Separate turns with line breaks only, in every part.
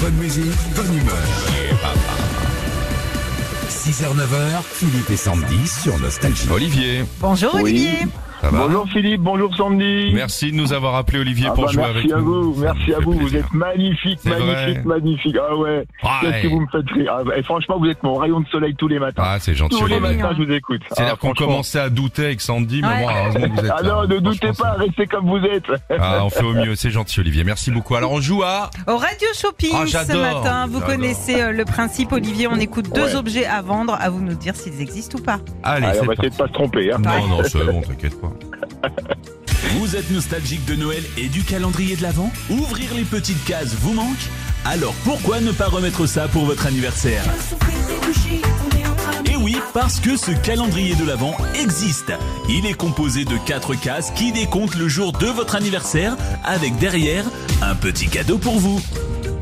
Bonne musique, bonne humeur. 6h-9h, Philippe et Sandy sur Nostalgie.
Olivier,
Bonjour
Oui.
Olivier.
ça va
Bonjour Philippe, bonjour Sandy.
Merci de nous avoir appelé Olivier
Ah
pour
bah,
jouer
merci
avec
à
nous. Ça
vous, merci
nous
à
fait
vous, vous
plaisir.
êtes magnifique,
C'est vrai.
magnifique, magnifique. Ah ouais,
Ouais.
qu'est-ce que vous me faites rire. Ah bah, et franchement, vous êtes mon rayon de soleil tous les matins.
Ah, c'est gentil.
tous les
Olivier.
matins, je vous écoute.
C'est-à-dire
Ah,
qu'on
franchement.
commençait à douter avec Sandy, mais
Ouais.
moi, heureusement que vous êtes
Ah
là.
non, ne
Franchement,
doutez
ça-
pas, restez comme vous êtes.
Ah, on fait au mieux. C'est gentil, Olivier. Merci beaucoup. Alors, on joue à.
Au Radio Shopping
Ah,
ce
j'adore.
matin, vous
J'adore.
connaissez euh, le principe Olivier, on écoute deux objets à vendre, à vous de nous dire s'ils existent ou pas.
Allez,
Allez, on
c'est
va essayer
parti.
de pas se tromper. hein.
Non, non, c'est bon, t'inquiète pas.
Vous êtes nostalgique de Noël et du calendrier de l'Avent Ouvrir les petites cases vous manque Alors pourquoi ne pas remettre ça pour votre anniversaire Et oui, parce que ce calendrier de l'Avent existe. Il est composé de quatre cases qui décomptent le jour de votre anniversaire avec derrière un petit cadeau pour vous.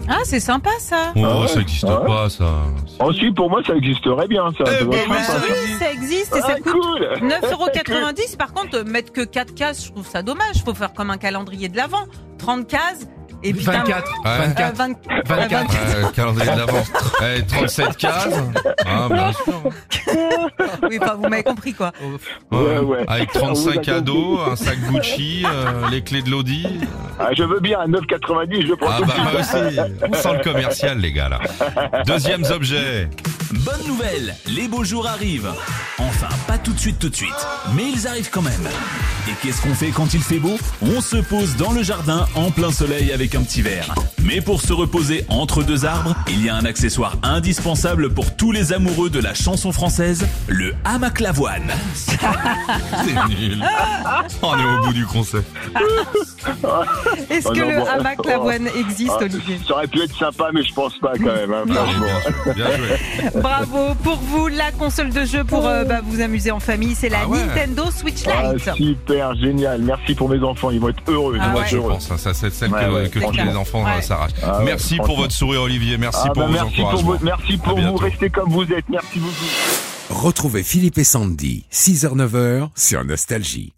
Ah c'est sympa ça
Oh,
Ah ouais.
ça n'existe
Ah ouais.
pas, ça.
Ensuite, pour moi, ça existerait bien, ça.
Eh
Ça doit
ben
être
oui,
Ah
sympa,
ça-
oui, ça existe et
Ah,
ça coûte
cool
9,90€. Par contre, euh, mettre que 4 cases, je trouve ça dommage. Faut faire comme un calendrier de l'avant. 30 cases et puis Euh,
24,
Ouais.
24.
24.
24.
Euh, calendrier de l'avant. Eh, 37 cases. Ah, bien sûr.
Oui, enfin, vous m'avez compris quoi.
Ouais, ouais.
Avec
On vous
35
a
cadeaux, un sac Gucci, euh, les clés de l'Audi.
Ah, je veux bien à 9,90, je prends
Ah
tout.
bah moi aussi. On sent le commercial, les gars, là. Deuxième objet.
Bonne nouvelle, les beaux jours arrivent. Enfin, pas tout de suite, tout de suite, mais ils arrivent quand même. Et qu'est-ce qu'on fait quand il fait beau On se pose dans le jardin en plein soleil avec un petit verre. Mais pour se reposer entre deux arbres, il y a un accessoire indispensable pour tous les amoureux de la chanson française, le hamac lavoine.
C'est nul. On est au bout du concept.
Est-ce
Oh
que
non,
le
bon.
hamac lavoine existe, Olivier
Ça aurait pu être sympa, mais je pense pas quand même. hein,
Allez,
franchement.
bien joué, bien joué.
Bravo pour vous, la console de jeu pour euh, bah, vous amuser en famille, c'est la
Ah ouais.
Nintendo Switch
Ah,
Lite.
super, génial. Merci pour mes enfants, ils vont être heureux.
Ah
ils vont
Moi,
ouais.
être
je
heureux.
pense, hein, ça, c'est celle
Ouais,
que,
ouais,
que tous
franchement.
les enfants euh,
Ouais.
s'arrachent.
Ah ouais,
merci pour
franchement.
votre sourire, Olivier. Merci
Ah
pour
bah,
vos
merci pour,
encouragements.
vous, merci pour vous,
bientôt.
restez comme vous êtes, merci beaucoup.
Retrouvez Philippe et Sandy, 6h-9h sur Nostalgie.